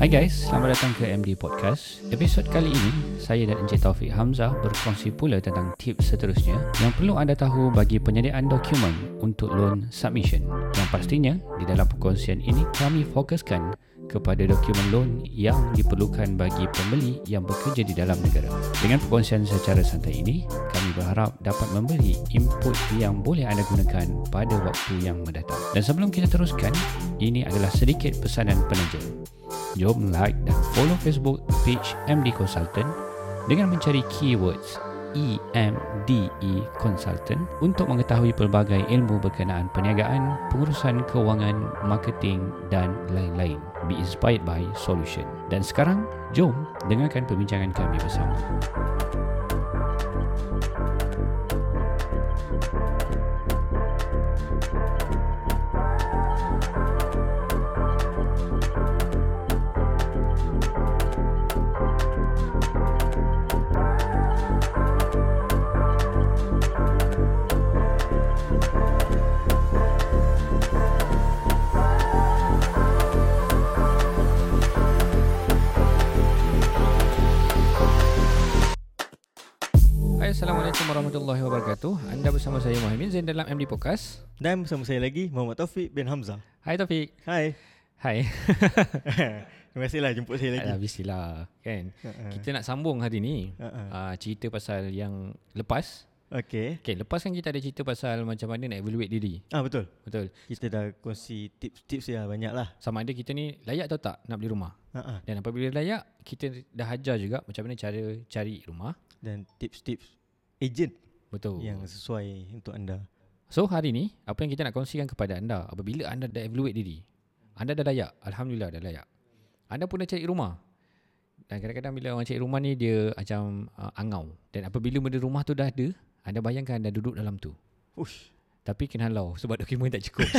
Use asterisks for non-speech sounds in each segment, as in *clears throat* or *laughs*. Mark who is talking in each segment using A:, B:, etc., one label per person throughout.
A: Hai guys, selamat datang ke MD Podcast. Episod kali ini, saya dan Encik Taufik Hamzah berkongsi pula tentang tips seterusnya yang perlu anda tahu bagi penyediaan dokumen untuk loan submission. Yang pastinya, di dalam perkongsian ini kami fokuskan kepada dokumen loan yang diperlukan bagi pembeli yang bekerja di dalam negara. Dengan perkongsian secara santai ini, kami berharap dapat memberi input yang boleh anda gunakan pada waktu yang mendatang. Dan sebelum kita teruskan, ini adalah sedikit pesanan penaja. Jom like dan follow Facebook page MD Consultant dengan mencari keywords E EMDE E Consultant untuk mengetahui pelbagai ilmu berkenaan perniagaan, pengurusan kewangan, marketing dan lain-lain. Be inspired by solution. Dan sekarang, jom dengarkan perbincangan kami bersama. Hai, Assalamualaikum warahmatullahi wabarakatuh. Anda bersama saya Muhammad Zain dalam MD Podcast.
B: Dan bersama saya lagi Muhammad Taufik bin Hamzah.
A: Hai Taufik. *laughs*
B: Hai.
A: Hai.
B: Terima kasihlah jemput saya lagi.
A: Alah, mestilah kan.
B: Ha-ha.
A: Kita nak sambung hari ni
B: Ha-ha.
A: uh, cerita pasal yang lepas.
B: Okey.
A: Okay, lepas kan kita ada cerita pasal macam mana nak evaluate diri.
B: Ah betul.
A: Betul.
B: Kita dah kongsi tips-tips ya banyak lah.
A: Sama ada kita ni layak atau tak nak beli rumah.
B: Ha ah.
A: Dan apabila layak, kita dah ajar juga macam mana cara cari rumah.
B: Dan tips-tips agent
A: Betul.
B: yang sesuai untuk anda.
A: So hari ni, apa yang kita nak kongsikan kepada anda apabila anda dah evaluate diri. Anda dah layak. Alhamdulillah dah layak. Anda pun dah cari rumah. Dan kadang-kadang bila orang cari rumah ni dia macam uh, angau. Dan apabila benda rumah tu dah ada, anda bayangkan anda duduk dalam tu.
B: Ush.
A: Tapi kena halau sebab dokumen tak cukup.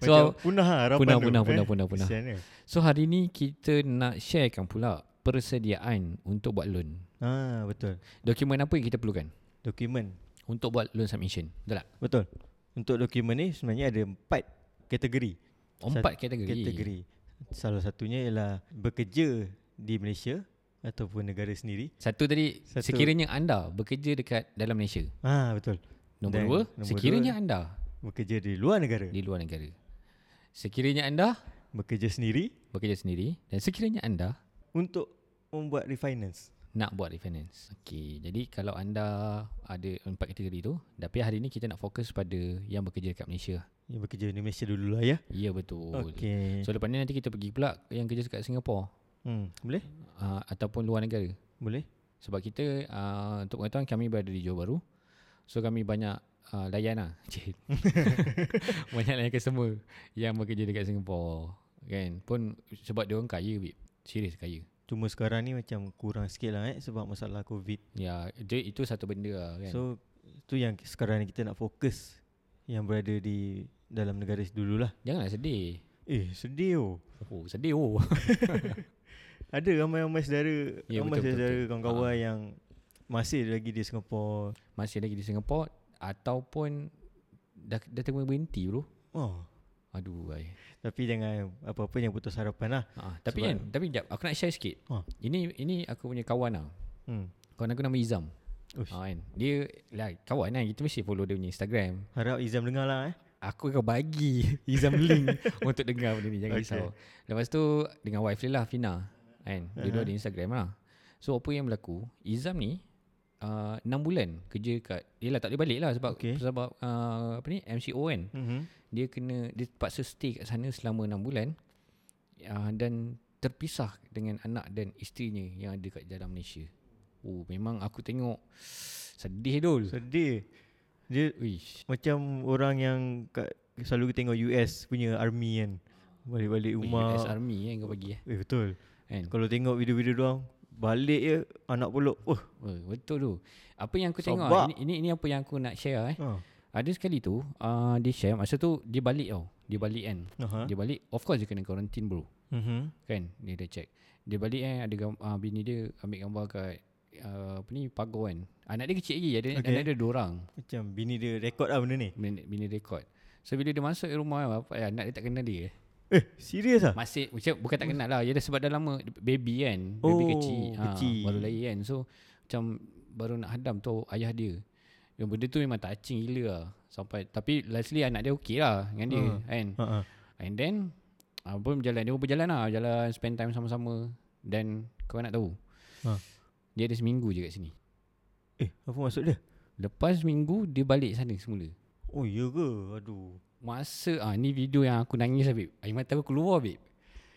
B: So,
A: so
B: macam punah lah harapan
A: punah,
B: tu.
A: punah, punah, punah, punah.
B: Kesian dia.
A: so hari ni kita nak sharekan pula persediaan untuk buat loan.
B: Ah betul.
A: Dokumen apa yang kita perlukan
B: Dokumen.
A: untuk buat loan submission? Betul tak?
B: Betul. Untuk dokumen ni sebenarnya ada empat kategori.
A: Empat kategori.
B: Kategori. Salah satunya ialah bekerja di Malaysia ataupun negara sendiri.
A: Satu tadi
B: Satu.
A: sekiranya anda bekerja dekat dalam Malaysia.
B: Ah betul.
A: Nombor
B: Dan
A: dua,
B: nombor
A: sekiranya anda
B: Bekerja di luar negara.
A: di luar negara. Sekiranya anda
B: bekerja sendiri
A: bekerja sendiri dan sekiranya anda
B: untuk membuat refinance.
A: nak buat refinance. Okey, jadi kalau anda ada empat kategori tu, tapi hari ni kita nak fokus pada yang bekerja dekat Malaysia.
B: Ya bekerja di Malaysia dulu lah ya.
A: Ya betul.
B: Okey.
A: So lepas ni nanti kita pergi pula yang kerja dekat Singapura
B: Hmm, boleh?
A: uh, ataupun luar negara.
B: Boleh.
A: Sebab kita uh, untuk pengetahuan kami berada di Johor Bahru. So kami banyak uh, layan lah. *laughs* Cik. banyak layan customer yang bekerja dekat Singapura. Kan? Pun sebab dia orang kaya babe. Serius kaya.
B: Cuma sekarang ni macam kurang sikit lah eh sebab masalah COVID.
A: Ya, dia, itu satu benda lah kan.
B: Kan.
A: So,
B: So tu yang sekarang ni kita nak fokus yang berada di dalam negara dulu lah.
A: Janganlah sedih.
B: Eh sedih oh.
A: Oh, sedih oh.
B: Ada ramai-ramai saudara, yeah,
A: Ya, Ah.
B: ramai
A: betul, betul,
B: saudara
A: betul.
B: kawan-kawan yang masih lagi di Singapura.
A: Masih lagi di Singapura ataupun dah dah tengah berhenti bro.
B: Oh,
A: Aduh ai.
B: tapi jangan apa-apa yang putus harapan lah.
A: Ha,
B: Sebab-
A: tapi kan, tapi jap aku nak share sikit.
B: Ha.
A: Ini ini aku punya kawan lah.
B: Hmm.
A: Kawan aku nama Izam.
B: Ush.
A: Ha, kan? Dia lah kawan kan kita mesti follow dia punya Instagram.
B: Harap Izam dengar lah eh.
A: Aku akan bagi *laughs* Izam
B: *laughs*
A: link untuk dengar benda ni jangan
B: Okay.
A: risau. Lepas tu dengan wife dia lah Fina kan. Dia dua
B: Aha.
A: ada Instagram lah. So apa yang berlaku Izam ni uh, 6 bulan kerja kat Yelah tak boleh balik lah sebab okay.
B: Okay.
A: sebab uh, apa ni MCO kan.
B: Mm-hmm.
A: Dia kena dia terpaksa stay kat sana selama 6 bulan uh, dan terpisah dengan anak dan isterinya yang ada kat dalam Malaysia. Oh memang aku tengok sedih dul.
B: Sedih. Dia
A: Uish.
B: Macam orang yang kat, selalu kita tengok US punya army kan. Balik-balik rumah.
A: US Army yang kau bagi eh.
B: Eh betul.
A: Kan?
B: Kalau tengok video-video doang balik je anak peluk. Oh.
A: Oh, betul tu. Apa yang aku tengok
B: Sobak.
A: ini, ini ini apa yang aku nak share eh.
B: Ha.
A: Ada sekali tu uh, dia share masa tu dia balik tau. Dia balik kan.
B: Aha.
A: Dia balik of course dia kena quarantine bro.
B: Mhm.
A: Kan? Dia dah check. Dia balik kan ada gam, uh, bini dia ambil gambar kat uh, apa ni pagar kan. Anak dia kecil lagi. Ada okay.
B: Okay.
A: anak dia dua orang.
B: Macam bini dia rekod lah benda ni.
A: Bini, bini rekod. So bila dia masuk rumah apa eh, anak dia tak kenal dia.
B: Eh, serius ah?
A: Masih macam bukan tak kenal lah. Dia dah sebab dah lama baby kan. Baby
B: Oh,
A: kecil.
B: kecil.
A: baru lahir kan. So macam baru nak hadam tu ayah dia. Yang benda tu memang touching gila lah. Sampai tapi lastly anak dia okey lah dengan dia
B: Ha.
A: kan.
B: Ha ah.
A: And then uh, pun berjalan dia pun berjalan lah, jalan spend time sama-sama. Dan kau nak tahu.
B: Ha.
A: Dia ada seminggu je kat sini.
B: Eh, apa maksud dia?
A: Lepas minggu dia balik sana semula.
B: Oh, ya ke? Aduh.
A: Masa ah ni video yang aku nangis lah babe. Air mata aku
B: *laughs*
A: keluar babe.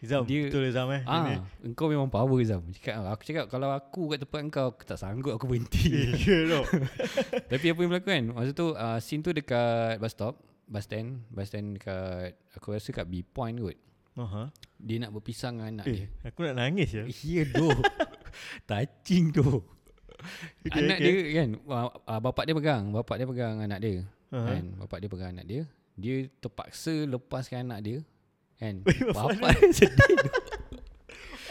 B: Zam,
A: Dia-
B: betul Zam eh. Ini.
A: Ah, engkau memang power Zam. Cakap, ah, aku cakap kalau aku kat tempat engkau aku tak sanggup aku berhenti.
B: *laughs* Ya tau.
A: *laughs* Tapi apa yang berlaku kan? Masa tu uh, scene tu dekat bus stop, bus stand, bus stand dekat aku rasa kat B point kot.
B: Aha.
A: Dia nak berpisah dengan anak
B: Eh,
A: eh.
B: aku nak nangis ya.
A: dia. Ya doh. Touching doh. Okay,
B: Okay,
A: anak
B: okay.
A: okay. dia kan uh, uh, bapak dia pegang, bapak dia pegang anak dia.
B: Ha.
A: Uh-huh. Kan? Bapak dia pegang anak dia. Dia terpaksa lepaskan anak dia.
B: *laughs*
A: Kan?
B: Weh, bapak
A: bapak dia sedih doh.
B: *laughs*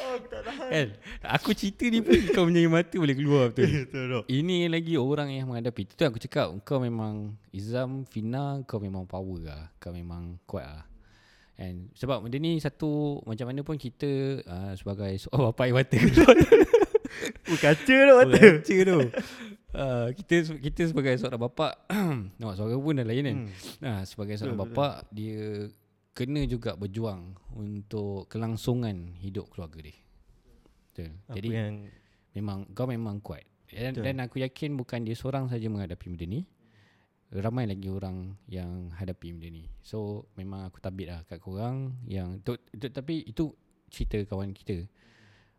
B: Oh, aku tak tahan.
A: Kan? Aku cerita ni pun kau punya air mata boleh keluar betul.
B: *laughs* Betul tau.
A: Ini lagi orang yang menghadapi Itu aku cakap Kau memang Izam, Fina Kau memang power lah Kau memang kuat lah And sebab benda ni satu Macam mana pun kita uh, Sebagai seorang bapa air mata keluar
B: Oh, kaca tau mata.
A: Kaca tu uh, kita, se- kita sebagai seorang *clears throat* bapa Nampak suara pun dah lain kan
B: Hmm.
A: nah, Sebagai seorang
B: Betul,
A: bapa Dia Kena juga berjuang Untuk kelangsungan Hidup keluarga dia Betul
B: Apa yang
A: Memang kau memang kuat. Dan,
B: Betul.
A: dan aku yakin bukan dia seorang saja menghadapi benda ni. Ramai lagi orang yang hadapi benda ni. So memang aku tabit lah kat korang yang tu, tu, tapi itu cerita kawan kita.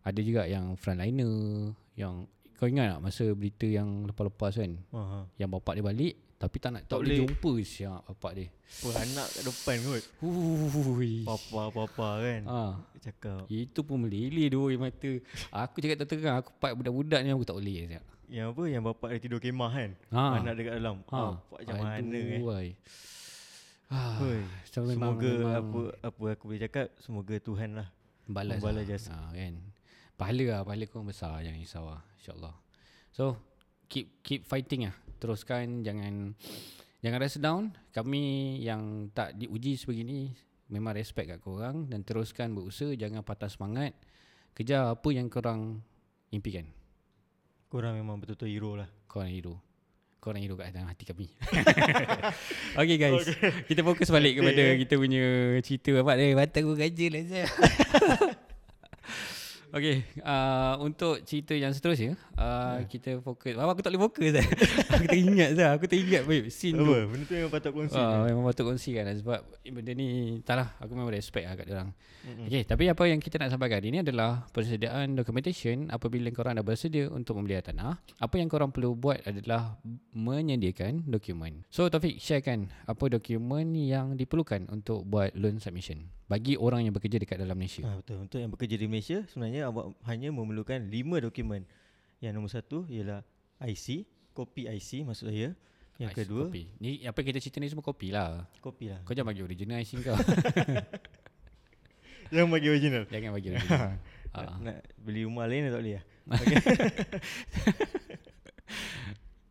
A: Ada juga yang frontliner yang kau ingat tak masa berita yang lepas-lepas kan
B: Aha.
A: yang bapak dia balik tapi tak nak tak,
B: Tak
A: boleh
B: boleh.
A: jumpa siap bapak dia.
B: Apa anak kat depan kot.
A: Hui.
B: Papa papa kan.
A: Ah.
B: Cakap
A: Itu pun meleleh dua air mata. Aku cakap tak terang aku part budak-budak ni aku tak boleh siap.
B: yang apa yang bapak dia tidur kemah kan.
A: Ha.
B: Anak dekat dalam. Ha. Apa macam mana eh.
A: Wai. Ah,
B: Hoi.
A: so memang,
B: Semoga
A: memang
B: apa apa aku boleh cakap semoga Tuhan lah
A: balas,
B: membalas
A: lah.
B: jasa.
A: Ha, kan. Pahala lah, pahala kau besar jangan risau lah insya-Allah. So keep keep fighting lah. Teruskan jangan jangan rasa down. Kami yang tak diuji sebegini memang respect kat korang dan teruskan berusaha jangan patah semangat. Kejar apa yang korang impikan.
B: Korang memang betul-betul hero lah.
A: Korang hero. Korang hero kat dalam hati kami. *laughs* okay guys. Okay. Kita fokus balik kepada kita punya cerita apa eh mata aku kerja lah saya. *laughs* Okay, uh, untuk cerita yang seterusnya uh, Kita fokus Abang aku tak boleh fokus eh. *laughs* Aku teringat sah Aku teringat babe Scene
B: Apa?
A: tu
B: Benda tu memang patut kongsi. kan?
A: uh, Memang patut kongsikan lah Sebab benda ni Tak lah Aku memang respect lah kat orang.
B: Mm-mm.
A: Okay, tapi apa yang kita nak sampaikan ini adalah persediaan documentation apabila korang dah bersedia untuk membeli tanah. Apa yang korang perlu buat adalah menyediakan dokumen. So Taufik, sharekan apa dokumen yang diperlukan untuk buat loan submission bagi orang yang bekerja dekat dalam Malaysia.
B: Ha, betul. Untuk yang bekerja di Malaysia, sebenarnya awak hanya memerlukan lima dokumen. Yang nombor satu ialah IC, kopi IC maksud saya. Yang
A: IC
B: kedua, kopi,
A: Kopi. Ni apa yang kita cerita ni semua kopi lah.
B: kopi lah.
A: Kau jangan bagi original IC
B: *laughs*
A: kau.
B: Yang bagi original.
A: jangan bagi original.
B: *laughs* Nak,
A: Ah.
B: nak beli rumah lain tak boleh
A: *laughs*
B: lah.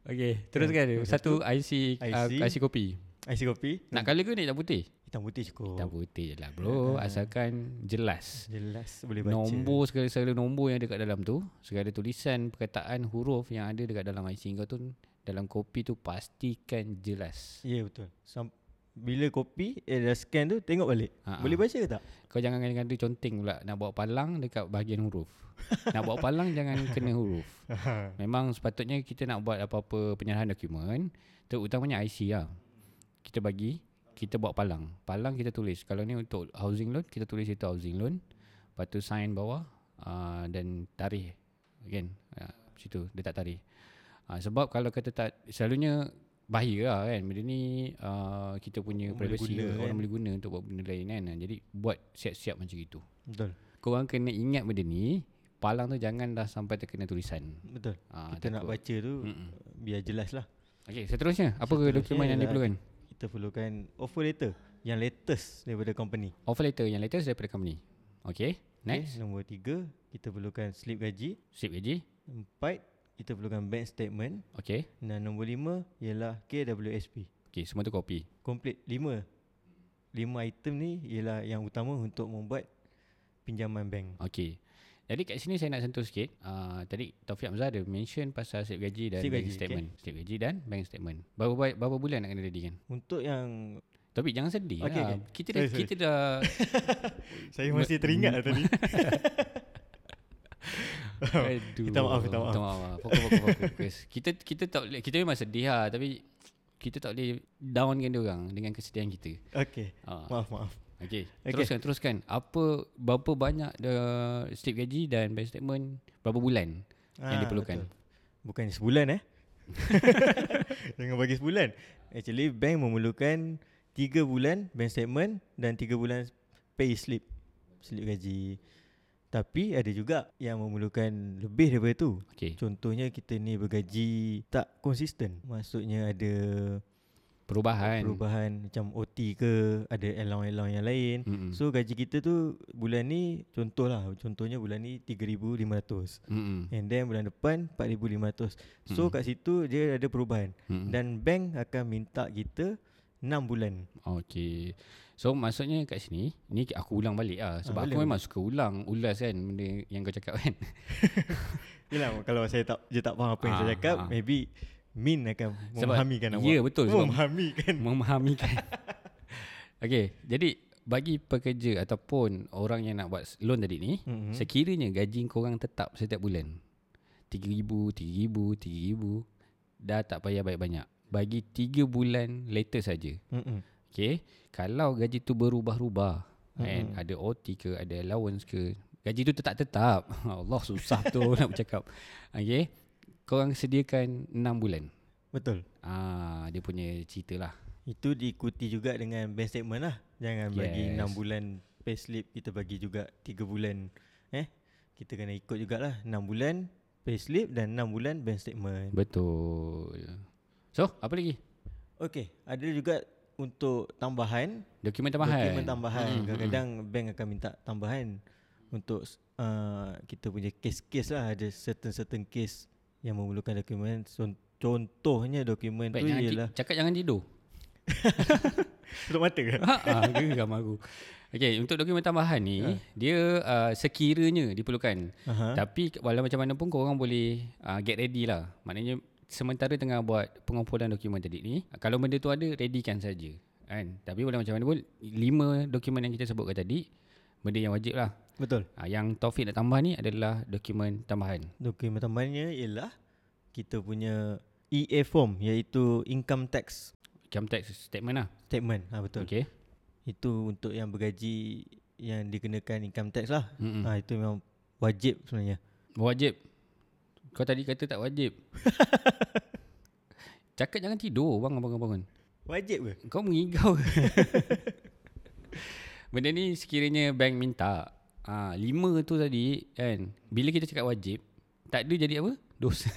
A: Okey, teruskan. Satu IC IC, uh,
B: IC.
A: IC kopi.
B: IC kopi,
A: Nak colour ke ni hitam putih?
B: hitam putih cukup.
A: Hitam putih je lah bro. Asalkan jelas.
B: Jelas boleh baca.
A: Nombor segala-segala nombor yang dekat dalam tu Segala tulisan, perkataan, huruf yang ada dekat dalam IC kau tu Dalam kopi tu pastikan jelas
B: Ya yeah, betul. Sam- bila kopi eh, dah scan tu tengok balik.
A: Ha,
B: Ha-ha. Boleh
A: ha.
B: baca ke tak?
A: Kau jangan kena conteng pula Nak bawa palang dekat bahagian huruf Nak bawa palang jangan
B: *laughs*
A: kena huruf Memang sepatutnya kita nak buat apa-apa penyerahan dokumen Terutamanya IC lah Kita bagi, kita buat palang Palang kita tulis Kalau ni untuk housing loan, kita tulis itu housing loan Lepas tu sign bawah uh, Dan tarikh Again uh, Situ dia tak tarikh uh, Sebab kalau kata tak Selalunya Bahaya lah kan Benda ni uh, Kita punya
B: Orang boleh
A: privacy
B: guna
A: Orang
B: kan.
A: boleh guna untuk buat benda lain kan Jadi buat siap-siap macam itu
B: Betul.
A: Korang kena ingat benda ni Palang tu janganlah sampai terkena tulisan
B: Betul.
A: uh,
B: Kita nak baca tu
A: Mm-mm.
B: biar jelas lah.
A: Okay seterusnya Apa seterusnya
B: Seterusnya
A: dokumen yang
B: ialah-
A: diperlukan
B: Kita perlukan offer letter yang latest daripada company.
A: Offer letter yang latest daripada company Okay Next
B: Okay, nombor tiga, kita perlukan slip gaji.
A: Sip gaji
B: Empat, kita perlukan bank statement.
A: Okay
B: Dan nombor lima ialah KWSP.
A: Okay semua tu copy
B: Complete lima. Lima item ni ialah yang utama untuk membuat pinjaman bank.
A: Okey. Jadi kat sini saya nak sentuh sikit. Uh, tadi Taufik Hamzah ada mention pasal slip gaji dan
B: Slip
A: bank
B: gaji,
A: statement. Slip gaji dan bank statement. Berapa ba- berapa bulan nak kena ready kan?
B: Untuk yang
A: Taufik jangan sedih
B: Okey,
A: lah.
B: okey.
A: Kita dah
B: Sorry, sorry.
A: kita dah
B: saya
A: Me-
B: masih teringat lah *laughs* tadi.
A: aduh.
B: Minta maaf, minta maaf.
A: Minta maaf. lah. Fokus fokus fokus, fokus. kita kita tak boleh kita memang sedih lah tapi kita tak boleh downkan dia orang dengan kesedihan kita.
B: Okey.
A: Ah.
B: Maaf maaf.
A: Okey.
B: Okey.
A: Teruskan teruskan. Apa berapa banyak the slip gaji dan bank statement berapa bulan yang
B: Ah,
A: diperlukan?
B: betul. Bukan sebulan eh. *laughs* Jangan bagi sebulan. Actually bank memerlukan 3 bulan bank statement dan 3 bulan pay slip. Slip gaji. Tapi ada juga yang memerlukan lebih daripada tu.
A: Okey.
B: Contohnya kita ni bergaji tak konsisten. Maksudnya ada
A: Perubahan.
B: perubahan macam OT ke, ada allowance-allowance yang lain.
A: Mm-mm.
B: So gaji kita tu bulan ni contohlah contohnya bulan ni 3500.
A: Mm-mm.
B: And then bulan depan 4500. So
A: Mm.
B: hmm. kat situ dia ada perubahan
A: Mm-mm.
B: hmm. dan bank akan minta kita 6 bulan.
A: Okey. So maksudnya kat sini Ni aku ulang balik lah Sebab
B: boleh,
A: aku memang suka ulang Ulas kan Benda yang kau cakap kan
B: Yalah kalau saya tak dia tak faham apa yang saya
A: Ah,
B: cakap,
A: ah.
B: maybe Min akan
A: Sebab-
B: memahami kan awak.
A: ya, betul, sebab-
B: Memahami kan.
A: Memahami kan *laughs* Okey Jadi bagi pekerja Ataupun orang yang nak buat loan tadi ni
B: Mhm.
A: Sekiranya gaji korang tetap setiap bulan 3000 3000 3000 Dah tak payah banyak-banyak Bagi 3 bulan later saja
B: *laughs* Mm-mm.
A: Okay Kalau gaji tu berubah-ubah mm-hmm. kan,
B: Mm-mm.
A: Ada OT ke Ada allowance ke Gaji tu tetap tetap *laughs* Allah susah tu *laughs* nak bercakap Okay Korang sediakan 6 bulan
B: Betul.
A: Ah, Dia punya cerita lah
B: Itu diikuti juga dengan bank statement lah. Jangan yes. bagi
A: Yes.
B: 6 bulan payslip, kita bagi juga 3 bulan. Eh, kita kena ikut jugalah 6 bulan payslip dan 6 bulan bank statement.
A: Betul So apa lagi?
B: Okey, ada juga untuk tambahan
A: Dokumen tambahan
B: Dokumen tambahan.
A: Mm,
B: Kadang-kadang bank akan minta tambahan untuk uh, kita punya kes-kes lah ada certain-certain kes yang memerlukan dokumen. So, contohnya dokumen
A: Baik,
B: tu
A: jangan ti-
B: ialah
A: Cakap jangan
B: *laughs*
A: tidur
B: tutup mata ke?
A: ah, Geram aku Okay untuk dokumen tambahan ni Dia uh, sekiranya diperlukan
B: Ah. Aha.
A: Tapi walau macam mana pun korang boleh uh, get ready lah. Maknanya sementara tengah buat pengumpulan dokumen tadi ni, kalau benda tu ada readykan saja. Kan? Tapi walau macam mana pun lima dokumen yang kita sebutkan tadi benda yang wajib lah.
B: *laughs* Betul.
A: Uh, yang Taufik nak tambah ni adalah dokumen tambahan.
B: Dokumen tambahannya ialah kita punya EA form iaitu income tax
A: Income tax statement lah.
B: statement. Ah betul. Okay.
A: Okay.
B: Itu untuk yang bergaji yang dikenakan income tax lah.
A: Mm-mm.
B: Ah itu memang wajib sebenarnya.
A: Wajib. Kau tadi kata tak *laughs* wajib. Cakap jangan tidur bang bangun-bangun.
B: Wajib ke?
A: Kau *laughs* mengigau ke? Benda ni sekiranya bank minta ha, Lima tu tadi kan Bila kita cakap wajib Tak ada jadi apa? Dosa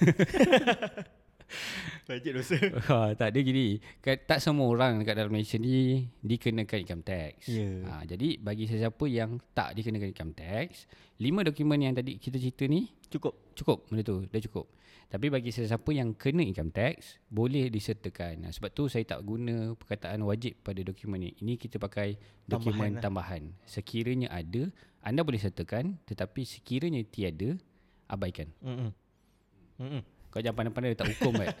B: Wajib dosa.
A: *laughs* ha, Tak ada jadi Ka- Tak semua orang dekat dalam Malaysia ni Dikenakan income tax
B: Ya.
A: ha, Jadi bagi sesiapa yang tak dikenakan income tax Lima dokumen yang tadi kita cerita ni
B: Cukup.
A: Cukup benda tu Dah cukup Tapi bagi sesiapa yang kena income tax Boleh disertakan Nah, Sebab tu saya tak guna Perkataan wajib pada dokumen ni Ini kita pakai Dokumen tambahan,
B: Tambahan lah.
A: Sekiranya ada Anda boleh sertakan Tetapi sekiranya tiada Abaikan
B: Mm-mm. Mm-mm.
A: Kau jangan pandai-pandai letak hukum *laughs* kan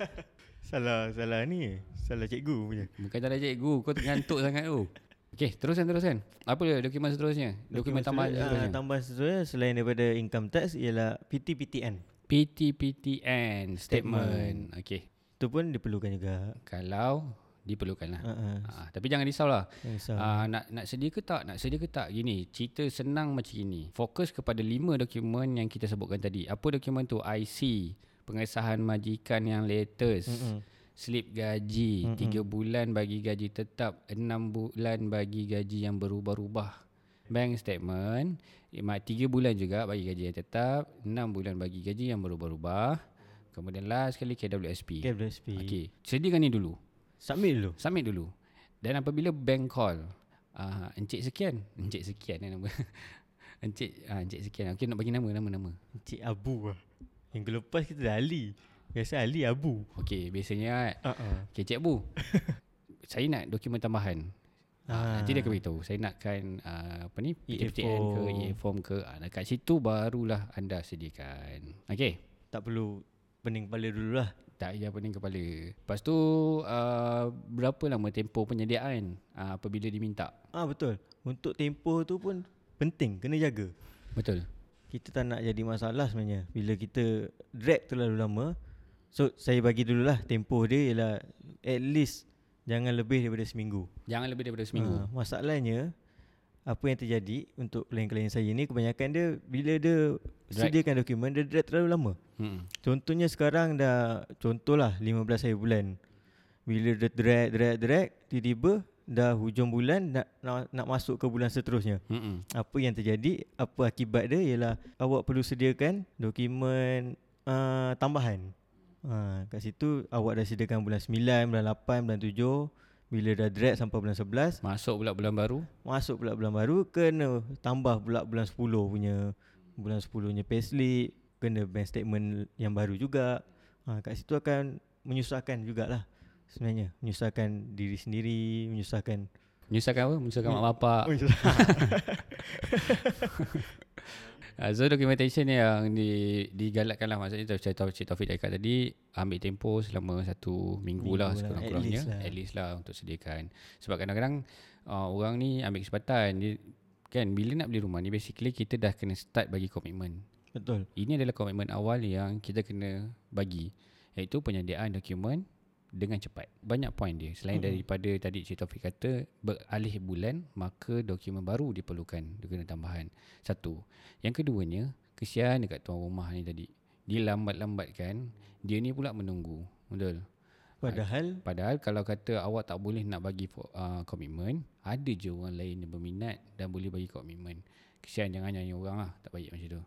B: Salah salah ni. Salah cikgu punya.
A: Bukan tak ada cikgu Kau ngantuk sangat tu Okay teruskan teruskan Apa dia dokumen seterusnya Dokumen, tambahan
B: seterusnya,
A: seterusnya
B: ah, tambahan seterusnya selain daripada income tax ialah PT-PTN.
A: PTPTN Statement Okay
B: Itu pun diperlukan juga.
A: Kalau Diperlukan lah
B: Ha
A: Ah, Tapi jangan risaulah
B: ah. Uh,
A: Uh, nak nak sedia ke tak? Nak sedia ke tak? Gini, cerita senang macam ini. Fokus kepada lima dokumen yang kita sebutkan tadi. Apa dokumen tu? IC, pengesahan majikan yang latest, mm-hmm. slip gaji, mm-hmm. tiga bulan bagi gaji tetap, enam bulan bagi gaji yang berubah-ubah. Bank statement, lima- tiga bulan juga bagi gaji yang tetap, enam bulan bagi gaji yang berubah-ubah. Kemudian last sekali KWSP.
B: KWSP. Okay.
A: Okey, sediakan ni dulu.
B: Submit dulu.
A: Submit dulu Dan apabila bank call uh, Encik sekian Encik sekian eh nama *laughs* Encik uh, Encik sekian Okay nak bagi nama Nama nama
B: Encik Abu lah. Yang lepas kita dah Ali. Biasa Ali Abu.
A: Okay biasanya
B: Uh-uh.
A: *laughs* Okay Encik Abu Saya nak dokumen tambahan Ah.
B: Ah.
A: Nanti dia akan beritahu Saya nakkan uh, Apa ni
B: EA
A: PFTN ke
B: form.
A: EA form ke uh, Dekat situ barulah anda sediakan Okay
B: Tak perlu pening kepala dulu lah
A: tak payah pening kepala Lepas tu uh, Berapa lama tempoh penyediaan uh, Apabila diminta
B: Ah betul. Untuk tempoh tu pun penting kena jaga.
A: Betul
B: Kita tak nak jadi masalah sebenarnya bila kita drag terlalu lama. So saya bagi dululah tempoh dia ialah at least jangan lebih daripada seminggu.
A: Jangan lebih daripada seminggu
B: Ah, masalahnya apa yang terjadi untuk klien-klien saya ni kebanyakan dia bila dia
A: Drag.
B: sediakan dokumen dia drag terlalu lama.
A: hmm.
B: Contohnya sekarang dah Contohlah 15 hari bulan Bila dia drag drag drag Tiba-tiba dah hujung bulan nak, nak, nak masuk ke bulan seterusnya
A: Hmm.
B: Apa yang terjadi Apa akibat dia ialah Awak perlu sediakan dokumen uh, tambahan uh, Kat situ awak dah sediakan bulan 9, bulan 8, bulan 7 Bila dah drag sampai bulan 11
A: Masuk pula bulan baru
B: Masuk pula bulan baru Kena tambah pula bulan 10 punya Bulan 10 punya payslip Kena bank statement yang baru juga ha, Kat situ akan menyusahkan jugalah Sebenarnya Menyusahkan diri sendiri Menyusahkan
A: Menyusahkan apa? Menyusahkan
B: Hmm.
A: mak bapak
B: Oh,
A: *laughs* Uh, so documentation yang di, digalakkan lah Maksudnya tu cerita Cik Taufik dah cakap tadi Ambil tempoh selama satu minggu,
B: Minggu
A: lah
B: lah,
A: sekurang-kurangnya
B: at least lah.
A: At least lah untuk sediakan Sebab kadang-kadang uh, orang ni ambil kesempatan dia, Kan bila nak beli rumah ni Basically kita dah kena start bagi komitmen
B: Betul
A: Ini adalah komitmen awal yang kita kena bagi Iaitu penyediaan dokumen dengan cepat Banyak poin dia Selain mm-hmm. daripada tadi Cik Taufik kata Beralih bulan Maka dokumen baru diperlukan Dokumen tambahan Satu Yang keduanya Kesian dekat tuan rumah ni tadi Dilambat-lambatkan Dia ni pula menunggu Betul
B: Padahal
A: Padahal kalau kata awak tak boleh nak bagi uh, komitmen Ada je orang lain yang berminat dan boleh bagi komitmen Kesian jangan nyanyi orang lah Tak baik macam tu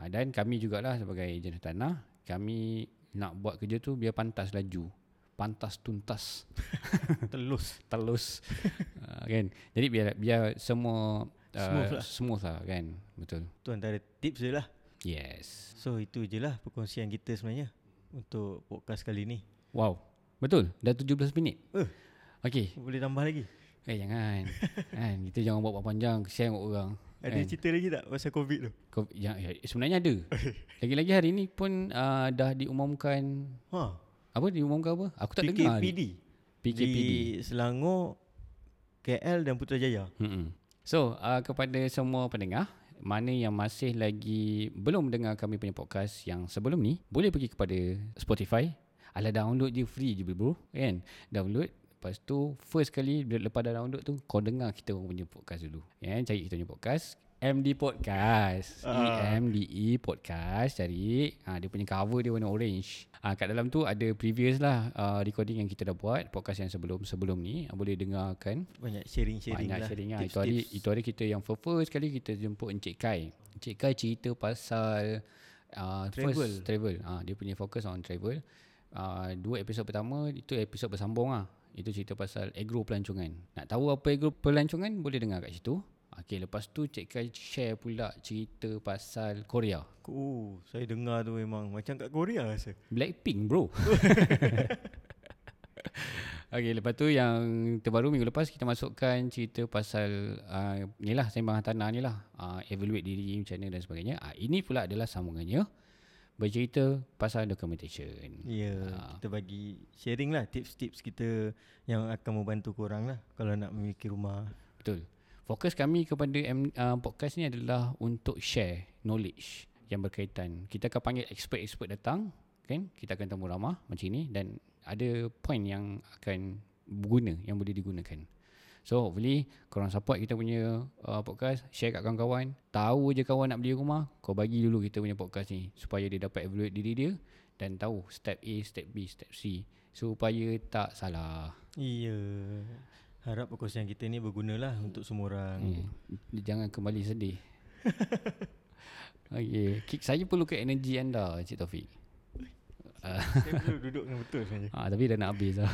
A: uh, Dan kami jugalah sebagai ejen tanah Kami nak buat kerja tu biar pantas laju Pantas tuntas *laughs*
B: Telus *laughs*
A: Telus uh, kan? Jadi biar biar semua uh,
B: Smooth lah.
A: Smooth lah kan Betul
B: Tu antara tips je lah
A: Yes
B: So itu je lah perkongsian kita sebenarnya Untuk podcast kali ni
A: Wow Betul Dah 17 minit
B: Eh.
A: Okay
B: Boleh tambah lagi
A: Eh
B: *laughs*
A: jangan kan, Kita jangan buat panjang Kesian orang
B: Ada
A: kan?
B: cerita lagi tak pasal covid tu
A: Kau, ya, ya, sebenarnya ada. Lagi-lagi hari ni pun uh, dah diumumkan
B: ha,
A: apa diumumkan apa? Aku tak dengar. ni.
B: PKPD Di
A: PKPD.
B: Selangor KL dan Putrajaya
A: Mm-mm. So, uh, kepada semua pendengar, mana yang masih lagi belum dengar kami punya podcast yang sebelum ni, boleh pergi kepada Spotify. Ala download je free je bro, kan? Download Lepas tu first kali bila- lepas dah download tu kau dengar kita orang punya podcast dulu. Ya, cari kita punya podcast MD Podcast.
B: Ah.
A: MDE Podcast cari. Ha, dia punya cover dia warna orange. Ha, kat dalam tu ada previous lah uh, recording yang kita dah buat. Podcast yang sebelum-sebelum ni. Ah, Boleh dengarkan.
B: Banyak sharing-sharing
A: Banyak
B: lah
A: sharing lah. Itu hari,
B: Tips-tips.
A: itu hari kita yang first, first kali kita jemput Encik Kai. Encik Kai cerita pasal uh,
B: Travel.
A: first travel. Uh, dia punya fokus on travel. Uh, dua episod pertama itu episod bersambung lah. Itu cerita pasal agro pelancongan. Nak tahu apa agro pelancongan boleh dengar kat situ. Ah, Okay, lepas tu Encik Kai share pula cerita pasal Korea.
B: Oh, saya dengar tu memang macam kat Korea rasa.
A: Blackpink *laughs* bro Okay lepas tu yang terbaru minggu lepas Kita masukkan cerita pasal uh, Ni lah sembang tanah ni lah uh, Evaluate diri macam mana dan sebagainya uh, Ini pula adalah sambungannya Bercerita pasal documentation
B: Ya, yeah,
A: Ah.
B: kita bagi sharing lah tips-tips kita yang akan membantu korang lah kalau nak memiliki rumah.
A: Betul Fokus kami kepada M, uh, podcast ni adalah Untuk share knowledge yang berkaitan Kita akan panggil expert-expert datang kan? Kita akan temu ramah macam ni Dan ada point yang akan guna Yang boleh digunakan So hopefully korang support kita punya uh, podcast Share kat kawan-kawan Tahu je kawan nak beli rumah Kau bagi dulu kita punya podcast ni Supaya dia dapat evaluate diri dia Dan tahu step A, step B, step C Supaya tak salah
B: Iya. Harap perkongsian kita ni berguna lah untuk semua orang.
A: Hmm. Jangan kembali *laughs* sedih. Okey, Kick, saya perlukan energi anda, Encik Taufik.
B: Saya perlu duduk dengan betul saja.
A: Ah, tapi dah nak habis lah.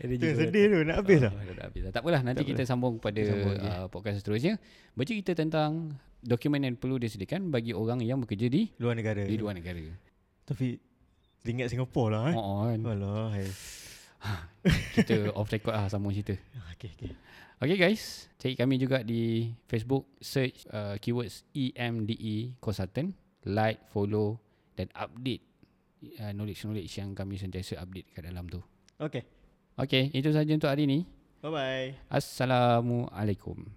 A: energi
B: Itu yang
A: kau dah-
B: sedih tu nak habis lah.
A: Ah, *laughs* dah nak habis dah. Tak apalah, nanti kita sambung pada
B: Kita sambung lagi.
A: uh, podcast seterusnya. Bercerita tentang dokumen yang perlu disediakan bagi orang yang bekerja di
B: Luar negara.
A: di luar negara.
B: Tapi ringgit Singapura lah eh.
A: Oh, on.
B: Alah, hai.
A: Kita off record lah sambung cerita.
B: Okay, okay.
A: Okay guys, cari kami juga di Facebook search uh, keywords EMDE Consultant, E like, follow dan update uh, knowledge-knowledge yang kami sentiasa update kat dalam tu.
B: Okay.
A: Okay, itu saja untuk hari ini.
B: Bye-bye.
A: Assalamualaikum.